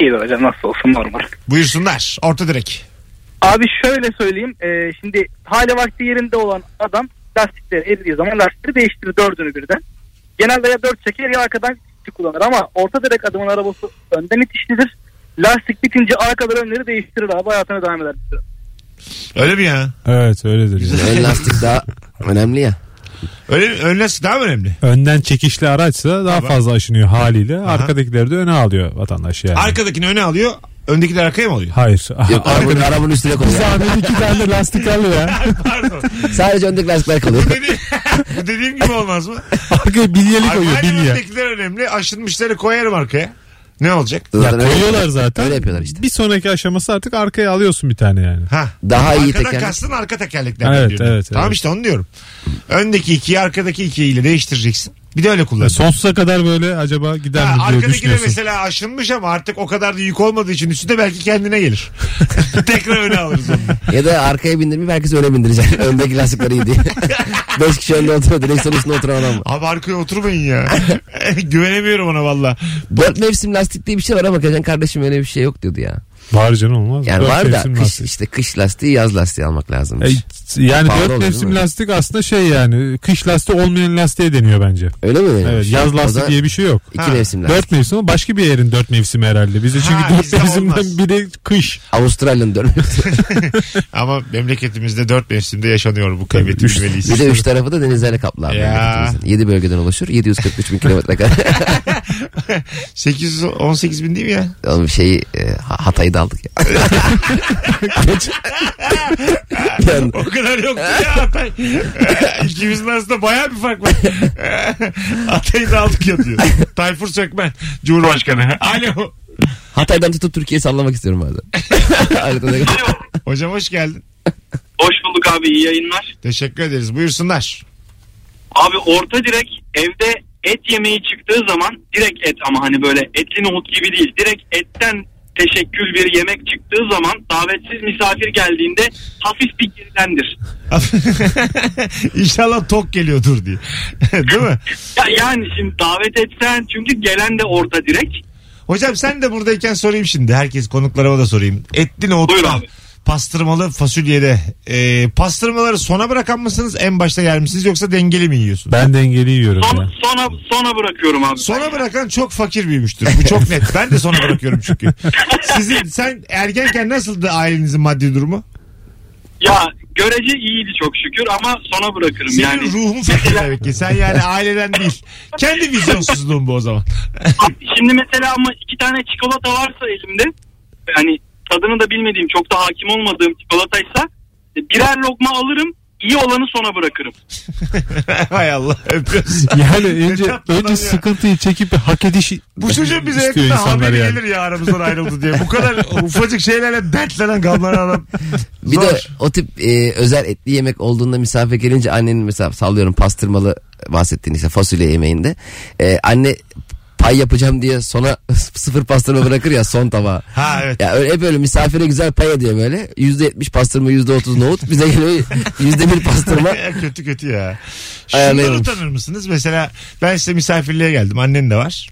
İyidir hocam nasıl olsun normal.
Buyursunlar. Orta direk.
Abi şöyle söyleyeyim. e, şimdi hali vakti yerinde olan adam lastikleri eridiği zaman lastikleri değiştirir dördünü birden. Genelde ya dört çeker ya arkadan itişli kullanır ama orta direk adamın arabası önden itişlidir. Lastik bitince arkadan önleri değiştirir abi hayatına devam eder.
Öyle mi ya?
Evet öyledir. yani.
Ön lastik daha önemli ya.
Öyle mi? Ön lastik daha mı önemli?
Önden çekişli araçsa daha
Tamam.
fazla aşınıyor haliyle. Arkadakileri de öne alıyor vatandaş yani.
Arkadakini öne alıyor. Öndekiler arkaya mı alıyor?
Hayır.
Yok arabanın, arabanın üstüne konuyor.
Zahmet iki tane lastik alıyor ya.
Pardon.
Sadece öndeki lastikler kalıyor.
Bu dediğim, bu dediğim gibi olmaz mı?
Arkaya bilyeli koyuyor
Aynen
bilye.
öndekiler önemli. Aşınmışları koyarım arkaya. Ne olacak?
Ya
Zaten öyle-
koyuyorlar zaten.
Öyle yapıyorlar işte.
Bir sonraki aşaması artık arkaya alıyorsun bir tane yani.
Ha.
Daha iyi
Arkadan
tekerlek.
kastın arka tekerleklerden
Evet,
diyorum.
evet,
Tamam
evet.
işte onu diyorum. Öndeki ikiyi arkadaki ikiyi ile değiştireceksin. Bir de öyle
Ya
kullanacaksın.
Sonsuza kadar böyle acaba gider
Ha,
mi diye
arkadakine
düşünüyorsun.
mesela aşınmış ama artık o kadar da yük olmadığı için üstü de belki kendine gelir. Tekrar öne alırız onu.
Ya da arkaya bindirmeyip herkes öne bindirecek. Öndeki lastikleri iyi diye. Beş kişi önde oturuyor. Direksiyon üstünde oturan adam var.
Abi arkaya oturmayın ya. Güvenemiyorum ona valla.
Dört mevsim lastik diye bir şey var ama geçen kardeşim öyle bir şey yok diyordu ya.
Var canım olmaz.
Yani
Dört
var da
mevsim
kış,
lastik.
işte kış lastiği yaz lastiği almak lazım.
E, yani
Pahalı
dört
oluyor, değil
mevsim
mi?
lastik aslında şey yani kış lastiği olmayan lastiğe deniyor bence.
Öyle mi? yani?
Evet,
Şey,
yaz
o
lastik
zaman
diye bir şey yok.
İki
Ha.
mevsim lastik.
Dört mevsim ama başka bir yerin dört mevsimi herhalde. Bizde çünkü
Ha,
dört
bizde olmaz.
mevsimden biri kış.
Avustralya'nın dört mevsimi.
Ama memleketimizde dört mevsimde yaşanıyor bu
Tabii,
kıymeti
üç-
bilmeliyiz.
Bir de üç tarafı da denizlerle kaplı abi.
Ya.
memleketimizin. Yedi bölgeden oluşur. 743 bin kilometre kadar.
818 bin değil mi ya?
Oğlum şeyi e, Ha- Hatay'ı da aldık ya. Geç. Yani
O kadar yoktu ya Atay. İkimizin arasında baya bir fark var. Atay'ı da aldık ya diyor. Tayfur Sökmen. Cumhurbaşkanı. Alo.
Hatay'dan tutup Türkiye'yi sallamak istiyorum bazen. Haritada-
Hocam hoş geldin.
Hoş bulduk abi iyi yayınlar.
Teşekkür ederiz. Buyursunlar.
Abi orta direk evde et yemeği çıktığı zaman direkt et ama hani böyle etli nohut gibi değil. Direkt etten teşekkül bir yemek çıktığı zaman davetsiz misafir geldiğinde hafif bir gerilendir.
İnşallah tok geliyordur diye. Değil mi?
Ya yani şimdi davet etsen çünkü gelen de orta direkt.
Hocam sen de buradayken sorayım şimdi. Herkes konuklarıma da sorayım. Etli
Buyur
nohutla
abi.
pastırmalı fasulyede. Ee, pastırmaları sona bırakan mısınız? En başta yer misiniz yoksa dengeli mi yiyorsunuz?
Ben dengeli yiyorum
Son,
ya.
sona, sona bırakıyorum abi.
Sona bırakan çok fakir büyümüştür. Bu çok net. Ben de sona bırakıyorum çünkü. Sizin sen ergenken nasıldı ailenizin maddi durumu?
Ya görece iyiydi çok şükür ama sona bırakırım
Senin
yani.
ruhun fakir demek ki. Sen yani aileden değil. Kendi vizyonsuzluğun bu o zaman.
Abi Şimdi mesela ama iki tane çikolata varsa elimde hani tadını da bilmediğim çok da hakim olmadığım çikolataysa e, birer lokma alırım iyi olanı sona bırakırım.
Hay Allah öpüyoruz.
Yani
Ne
önce
tatlı adam
önce
ya.
sıkıntıyı çekip bir hak edişi
Bu çocuğun bize
istiyor
yakında
insanlar
haberi
yani.
gelir ya aramızdan ayrıldı diye. Bu kadar ufacık şeylerle dertlenen gamlanan adam.
Bir
Zor.
de o tip e, özel etli yemek olduğunda misafir gelince annenin mesela sallıyorum pastırmalı bahsettiğin işte fasulye yemeğinde. E, anne pay yapacağım diye sona sıfır pastırma bırakır ya son tabağa.
Ha evet.
Ya öyle, hep öyle misafire güzel pay ediyor böyle. Yüzde yetmiş pastırma yüzde otuz nohut. Bize geliyor yüzde bir pastırma.
kötü kötü ya. Şundan
Ayarlayalım.
utanır mısınız? Mesela ben size misafirliğe geldim. Annen de var.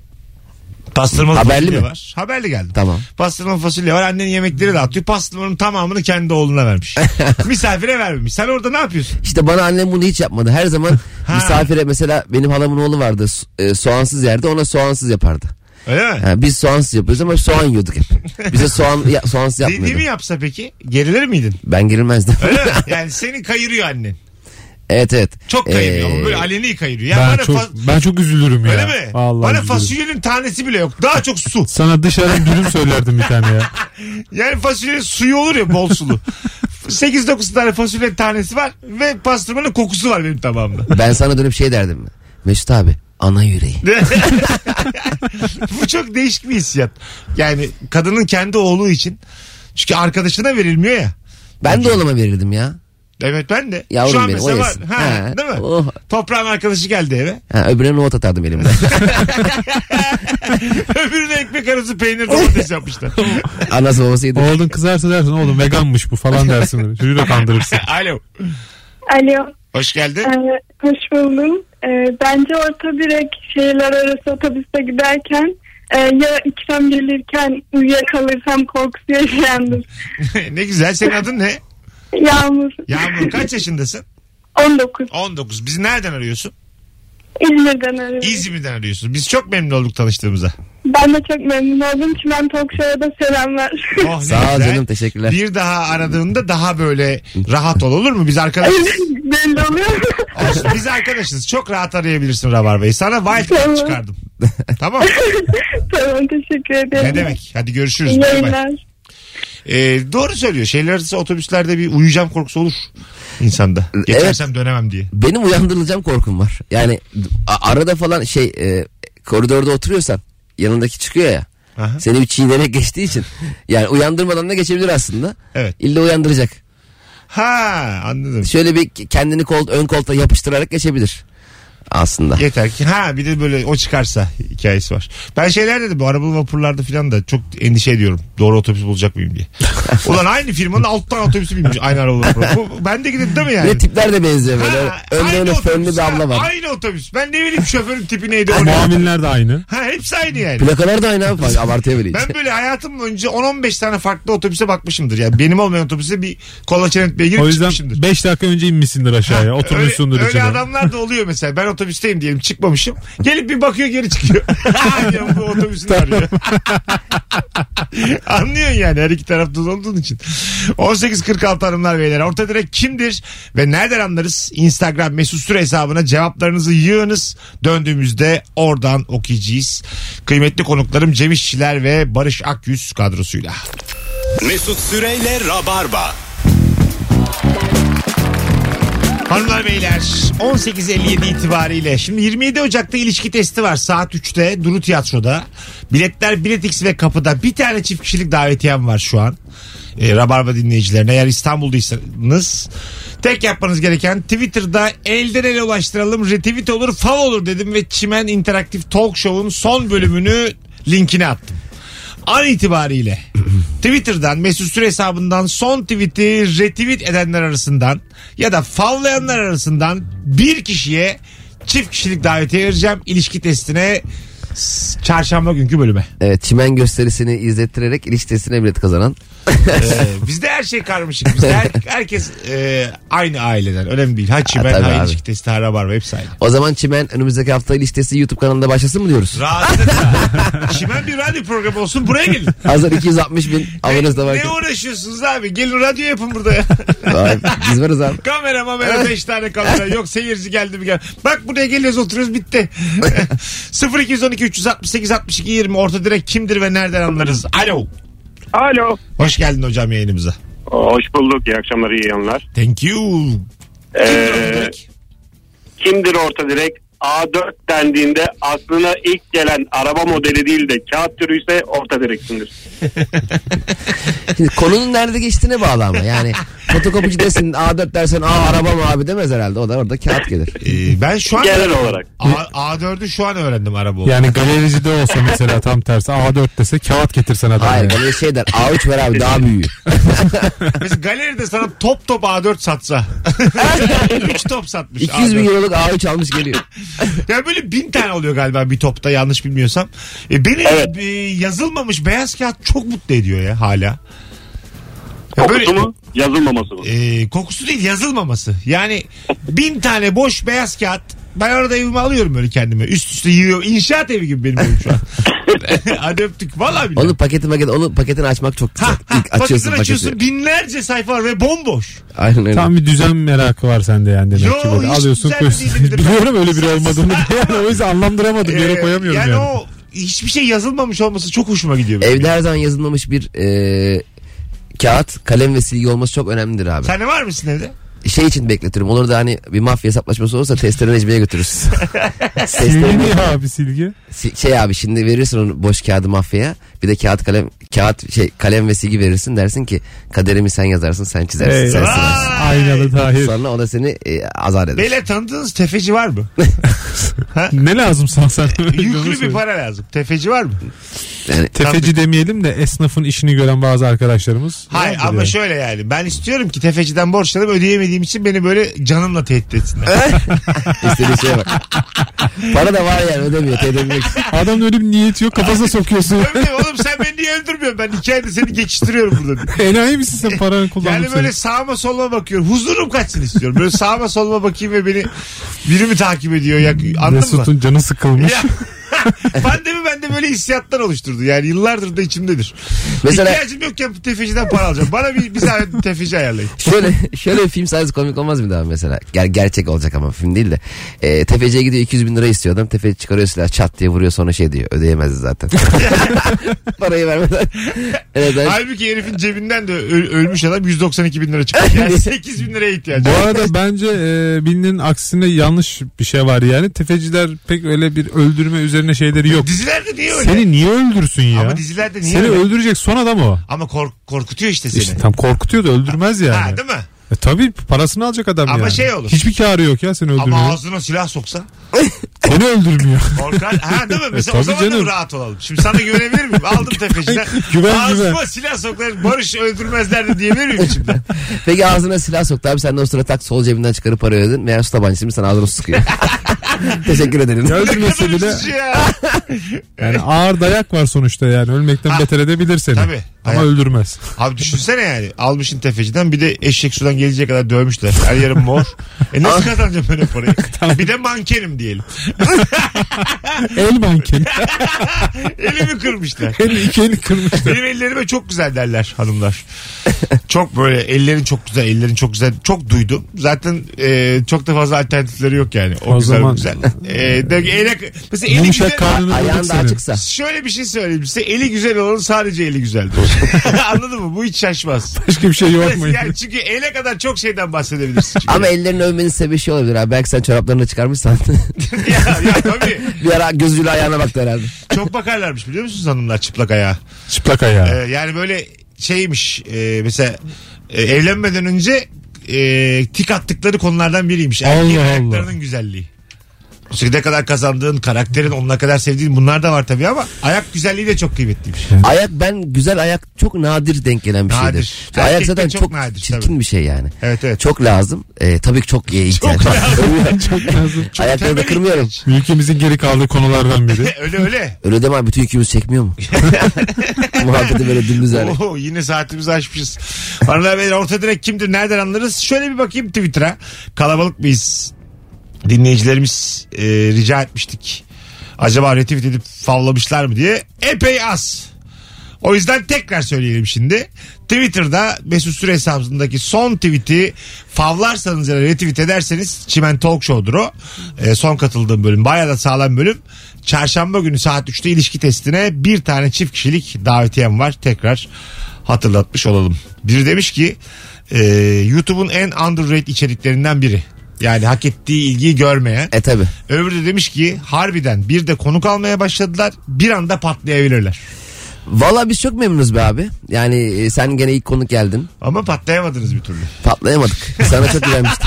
Pastırmalı
Haberli
fasulye
mi?
var. Haberli geldim.
Tamam.
Pastırmalı fasulye var. Annenin yemekleri de atıyor. Pastırmanın tamamını kendi oğluna vermiş. Misafire vermemiş. Sen orada ne yapıyorsun?
İşte bana annem bunu hiç yapmadı. Her zaman misafire mesela benim halamın oğlu vardı. su- e, soğansız yerde ona soğansız yapardı.
Öyle mi?
Ha, Ee, biz soğansız yapıyoruz ama soğan yiyorduk hep. Bize soğan ya, soğansız
Dediğimi
yapmıyordu.
yapsa peki gerilir miydin?
Ben girilmezdim.
Öyle mi? Yani seni kayırıyor annen.
Evet evet.
Çok kayırıyor.
Ee,
ama Böyle aleni kayırıyor. Ya
ben
bana
çok
fa-
ben çok üzülürüm
Öyle
ya.
mi?
Vallahi
bana
üzülürüm.
fasulyenin tanesi bile yok. Daha çok su.
Sana dışarıdan dürüm söylerdim bir tane ya.
Yani fasulyenin suyu olur ya bol sulu. 8-9 tane fasulye tanesi var ve pastırmanın kokusu var benim tabağımda.
ben sana dönüp şey derdim. Mesut abi ana yüreği.
Bu çok değişik bir hissiyat. Yani kadının kendi oğlu için Çünkü arkadaşına verilmiyor ya.
Ben de oğluma verirdim ya.
Evet ben de.
Yavrum
Şu an
benim,
mesela
o
var.
yesin.
Ha,
Ha,
Değil mi?
oh.
Toprağın arkadaşı geldi eve.
Ha, öbürüne nohut atardım elimden.
Öbürüne ekmek arası peynir domates yapmışlar.
Anası babası yedi.
Oğlun kızarsa dersin oğlum veganmış bu falan dersin. böyle. Çocuğu da kandırırsın.
Alo.
Alo.
Hoş geldin.
Ee, hoş buldum. Ee, bence orta direkt şehirler arası otobüste giderken e, ya ikram gelirken uyuyakalırsam korkusu yaşayandım.
ne güzel. Senin adın ne?
Yağmur.
Yağmur kaç yaşındasın?
19.
19. Bizi nereden arıyorsun?
İzmir'den arıyorum.
İzmir'den arıyorsun. Biz çok memnun olduk tanıştığımıza.
Ben de çok memnun oldum. Çimen Talk Show'a da selamlar.
Oh, ne
Sağ ol
güzel.
canım teşekkürler.
Bir daha aradığında daha böyle rahat ol olur mu? Biz arkadaşız.
Belli oluyor.
Olsun, Biz arkadaşız. Çok rahat arayabilirsin Rabarba'yı. Sana wildcard
Tamam.
çıkardım. Tamam.
tamam teşekkür ederim.
Ne demek? Hadi görüşürüz.
İyi
Bay bay.
yayınlar.
Ee, doğru söylüyor. Şehirler arası otobüslerde bir uyuyacağım korkusu olur insanda. Geçersem dönemem diye.
Benim uyandırılacağım korkum var. Yani a- arada falan şey e, koridorda oturuyorsan yanındaki çıkıyor ya.
Aha.
Seni bir çiğnerek geçtiği için. Yani uyandırmadan da geçebilir aslında.
Evet.
İlla uyandıracak.
Ha anladım.
Şöyle bir kendini kol, ön koltuğa yapıştırarak geçebilir. Aslında.
Yeter ki ha bir de böyle o çıkarsa hikayesi var. Ben şeyler dedim bu arabalı vapurlarda falan da çok endişe ediyorum. Doğru otobüs bulacak mıyım diye. Ulan aynı firmanın alttan otobüsü binmiş aynı arabalı vapur. Bu, ben de gidip değil mi yani?
Ve tipler de benziyor
Ha,
böyle. Önde
aynı
öyle fönlü
otobüs,
bir abla
ha,
var.
Aynı otobüs. Ben ne bileyim şoförün tipi neydi o ne?
Muavinler de aynı.
Ha hepsi aynı yani.
Plakalar da aynı abi. Bak, Abartıya bile
Ben böyle hayatım boyunca 10-15 tane farklı otobüse bakmışımdır. Yani benim olmayan otobüse bir kola çenetmeye girip
O yüzden
çıkmışımdır.
5 dakika önce inmişsindir aşağıya. Oturmuşsundur
öyle,
içine.
Öyle adamlar da oluyor mesela. Ben otobüsteyim diyelim çıkmamışım. Gelip bir bakıyor geri çıkıyor. Diyorum, bu otobüsünü arıyor. Anlıyorsun yani her iki tarafta olduğun için. 18.46 hanımlar beyler. Orta direk kimdir ve nereden anlarız? Instagram mesut süre hesabına cevaplarınızı yığınız. Döndüğümüzde oradan okuyacağız. Kıymetli konuklarım Cem İşçiler ve Barış Akyüz kadrosuyla.
Mesut Süreyle Rabarba.
Hanımlar beyler 18.57 itibariyle şimdi 27 Ocak'ta ilişki testi var saat 3'te Duru Tiyatro'da. Biletler Biletix ve kapıda bir tane çift kişilik davetiyem var şu an. E, Rabarba dinleyicilerine eğer İstanbul'daysanız tek yapmanız gereken Twitter'da elden ele ulaştıralım retweet olur fav olur dedim ve Çimen Interaktif Talk Show'un son bölümünü linkine attım an itibariyle Twitter'dan Mesut Süre hesabından son tweet'i retweet edenler arasından ya da favlayanlar arasından bir kişiye çift kişilik davetiye vereceğim ilişki testine s- çarşamba günkü bölüme.
Evet çimen gösterisini izlettirerek ilişkisine bilet kazanan.
Ee, bizde her şey karmaşık. Bizde her- herkes e, aynı aileden. Önemli değil. Ha çimen,
tabii
ha
abi.
ilişki testi, ha rabarba hepsi aynı.
O zaman çimen önümüzdeki hafta ilişkisi YouTube kanalında başlasın mı diyoruz?
Rahatsız etme. Çimen bir radyo programı olsun buraya gelin.
Hazır 260 bin aboneniz de
Ne
varken.
uğraşıyorsunuz abi? Gelin radyo yapın burada ya.
Vay, Biz varız abi.
Kamera mamera 5 tane kamera. Yok seyirci geldi mi gel. Bak buraya geliyoruz oturuyoruz bitti. 0212 368 62 20 orta direkt kimdir ve nereden anlarız? Alo.
Alo.
Hoş geldin hocam yayınımıza.
Hoş bulduk. İyi akşamlar, iyi yayınlar. Ee,
Thank you. Kimdir orta direkt?
kimdir orta direkt? A4 dendiğinde aklına ilk gelen araba modeli değil de kağıt türü ise orta direksindir.
Şimdi konunun nerede geçtiğine bağlı ama yani fotokopici desin A4 dersen A araba mı abi demez herhalde o da orada kağıt gelir.
Ee, ben şu an
Genel olarak.
A, 4ü şu an öğrendim araba olduğunu.
Yani galerici de olsa mesela tam tersi A4 dese kağıt getirsen adam.
Hayır
yani.
böyle şey der A3 ver abi daha büyüğü.
Mesela galeride sana top top A4 satsa. 3 top satmış.
200
A4.
bin euroluk A3 almış geliyor.
Ya böyle bin tane oluyor galiba bir topta yanlış bilmiyorsam. E, beni
Evet.
e, yazılmamış beyaz kağıt çok mutlu ediyor ya hala. Ya böyle-
Kokusu mu? Yazılmaması mı?
e, kokusu değil yazılmaması. Yani bin tane boş beyaz kağıt ben arada evime alıyorum böyle kendime. Üst üste yığıyorum. İnşaat evi gibi benim evim şu an. Hadi öptük. Valla billahi.
Onu paketi maket onu paketini açmak çok güzel.
Ha, ha,
İlk açıyorsun
paketini açıyorsun
paketi.
binlerce sayfa var ve bomboş.
Aynen öyle.
Tam bir düzen merakı var sende yani demek
Yo,
ki böyle.
hiç
Alıyorsun
düzenli
koyuyorsun.
değilimdir ben.
Biliyorum öyle biri olmadığını. Yani o yüzden anlandıramadım yere
Ee,
koyamıyorum yani.
o hiçbir şey yazılmamış olması çok hoşuma gidiyor. benim.
Evde her zaman yazılmamış bir e, kağıt, kalem ve silgi olması çok önemlidir abi.
Sen ne var mısın evde?
Şey için bekletirim. Olur da hani bir mafya hesaplaşması olursa testere Necmi'ye götürürüz. testere
Silgi niye abi silgi?
Si- şey abi şimdi verirsin onu boş kağıdı mafyaya. Bir de kağıt kalem kağıt şey kalem ve silgi verirsin dersin ki kaderimi sen yazarsın sen çizersin
Eyvah.
sen silersin.
Aynalı Tahir.
Sonra o da seni e, azar eder.
Beyler tanıdığınız tefeci var mı?
Ne lazım sana sen?
E, Yüklü bir para lazım. Tefeci var mı?
Tefeci demeyelim de esnafın işini gören bazı arkadaşlarımız.
Hayır
vardır
ama
yani.
şöyle yani. Ben istiyorum ki tefeciden borçlanıp ödeyemediğim için beni böyle canımla tehdit etsinler.
İstediği şeye bak. Para da var yani ödemiyor. Ödemek
Adamın öyle bir niyeti yok kafasına sokuyorsun.
Tabii tabii, oğlum sen beni niye öldürmüyorsun? Ben iki ayda seni geçiştiriyorum burada. diye.
Enayi misin sen paranı kullanmak
Yani böyle sağıma soluma bakıyorum. Huzurum kaçsın istiyorum. Böyle sağıma soluma bakayım ve beni biri mi takip ediyor? Ya, anladın mı?
Mesut'un canı sıkılmış.
Ya. Pandemi bende böyle hissiyatlar oluşturdu. Yani yıllardır da içimdedir.
Mesela-
İhtiyacım yokken tefeciden para alacağım. Bana bir, bir zahmet bir tefeci ayarlayın.
şöyle şöyle bir film sahnesi komik olmaz mı daha mesela? Ger gerçek olacak ama film değil de. Ee, tefeciye gidiyor 200 bin lira istiyor adam. Tefeci çıkarıyor silah çat diye vuruyor sonra şey diyor. Ödeyemez zaten. Parayı vermeden. Evet, evet.
Halbuki herifin cebinden de ö- ölmüş adam 192 bin lira çıkıyor. Yani 8 bin liraya ihtiyacı
Bu
var.
arada bence e, bilinin aksine yanlış bir şey var yani. Tefeciler pek öyle bir öldürme üzerine şeyleri yok.
Dizilerde niye öyle?
Seni niye öldürsün ya?
Ama dizilerde niye
Seni
öyle?
öldürecek son adam o.
Ama kork- korkutuyor işte seni.
İşte tam korkutuyor da öldürmez yani.
Ha değil mi?
E, tabii parasını alacak adam
Ama
yani.
şey olur.
Hiçbir karı yok ya seni öldürmüyor.
Ama ağzına silah soksa
Seni öldürmüyor.
korkar. Ha değil mi? Mesela
E,
o
tabii
zaman da
canım.
rahat olalım. Şimdi sana güvenebilir miyim? Aldım tefeciden.
Güven,
Ağzıma
güven.
silah sokar. Barış öldürmezlerdi diyebilir miyim şimdi?
Peki ağzına silah soktu abi sen de o sıra tak sol cebinden çıkarıp para ödedin. Meğer su tabancasıymış sana ağzına su sıkıyor. Teşekkür ederim.
Ya öldürmese
Kadın
bile
üzücü ya.
yani ağır dayak var sonuçta yani. Ölmekten
Ha,
beter edebilir seni.
tabii.
Ama
Dayak.
öldürmez.
Abi düşünsene yani. Almışın tefeciden bir de eşek sudan geleceğe kadar dövmüşler. Her yerim mor. E nasıl kazanacağım ben o parayı? Bir de mankenim diyelim.
El mankeni.
Elimi kırmışlar.
Eli iki eli kırmıştı.
Benim ellerime çok güzel derler hanımlar. Çok böyle ellerin çok güzel, ellerin çok güzel. Çok duydum. Zaten e, çok da fazla alternatifleri yok yani. O,
O
güzel
zaman-
bu güzel. E, de, ele, mesela eli güzel.
Yumuşak karnını
Ayağın
vurduk
da
senin.
açıksa.
Şöyle bir şey söyleyeyim size. Eli güzel olan sadece eli güzeldir. Anladın mı? Bu hiç şaşmaz.
Başka bir şey yok mu?
Yani çünkü ele kadar çok şeyden bahsedebilirsin. çünkü.
Ama ellerini övmenin sebebi şey olabilir abi. Belki sen çoraplarını çıkarmışsan.
ya, ya tabii.
bir ara gözüyle ayağına baktı herhalde.
Çok bakarlarmış biliyor musunuz hanımlar çıplak ayağa?
Çıplak ayağı.
Ee, yani böyle şeymiş e, mesela e, evlenmeden önce e, tik attıkları konulardan biriymiş. Erkeğin
Allah Allah.
ayaklarının güzelliği. Şimdi ne kadar kazandığın, karakterin, onunla kadar sevdiğin bunlar da var tabii ama ayak güzelliği de çok kıymetliymiş.
Ayak ben güzel ayak çok nadir denk gelen bir
Nadir.
şeydir.
Erkekte
ayak zaten
çok
çok,
nadir,
çirkin
tabii.
bir şey yani.
Evet evet.
Çok lazım. Ee, tabii ki çok iyi ihtiyaç.
Çok
lazım.
Ayakları da
temel
kırmıyorum.
ihtiyaç.
Ülkemizin geri kaldığı konulardan biri.
öyle öyle.
Öyle deme abi bütün yükümüz çekmiyor mu? Muhabbeti böyle dümdüz yani.
Oo, yine saatimizi aşmışız. Hanımlar beyler orta direkt kimdir nereden anlarız? Şöyle bir bakayım Twitter'a. Kalabalık mıyız? Dinleyicilerimiz e, rica etmiştik. Acaba retweet edip favlamışlar mı diye. Epey az. O yüzden tekrar söyleyelim şimdi. Twitter'da Mesut Süre hesabındaki son tweet'i favlarsanız ya da retweet ederseniz Çimen Talk Show'dur o. Ee, son katıldığım bölüm. Bayağı da sağlam bölüm. Çarşamba günü saat 3'te ilişki testine bir tane çift kişilik davetiyem var. Tekrar hatırlatmış olalım. Biri demiş ki e, YouTube'un en underrated içeriklerinden biri. Yani hak ettiği ilgiyi görmeyen.
E tabi.
Öbürü de demiş ki harbiden bir de konuk almaya başladılar bir anda patlayabilirler.
Valla biz çok memnunuz be abi. Yani e, sen gene ilk konuk geldin.
Ama patlayamadınız bir türlü.
Patlayamadık. Sana çok güvenmiştim.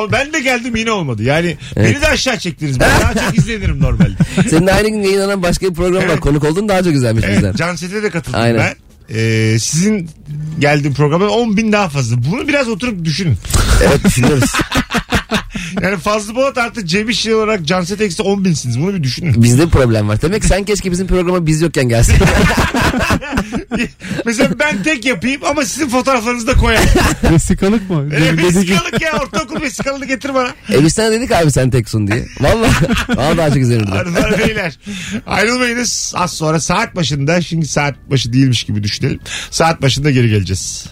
O ben de geldim yine olmadı. Yani beni de aşağı çektiniz. Ben daha çok izlenirim normalde.
Senin de aynı gün yayınlanan başka bir program var. Konuk oldun daha çok güzelmiş bizden.
Evet, Canset'e de katıldım
Aynen.
ben. Ee, sizin geldiğim programa 10 bin daha fazla. Bunu biraz oturup düşünün.
Evet düşünüyoruz.
Yani Fazlı Polat artı Cem İşçi olarak Canset eksi 10 binsiniz. Bunu bir düşünün.
Bizde bir problem var. Demek ki sen keşke bizim programa biz yokken gelsin.
Mesela ben tek yapayım ama sizin fotoğraflarınızı da koyarım.
Vesikalık mı?
Ee,
Demin dedi ki-
vesikalık ya ortaokul vesikalını getir bana.
e biz sana dedik abi sen teksun diye. Valla. Valla daha çok güzeldi.
Hanımlar beyler ayrılmayınız. Az sonra saat başında şimdi saat başı değilmiş gibi düşünelim. Saat başında geri geleceğiz.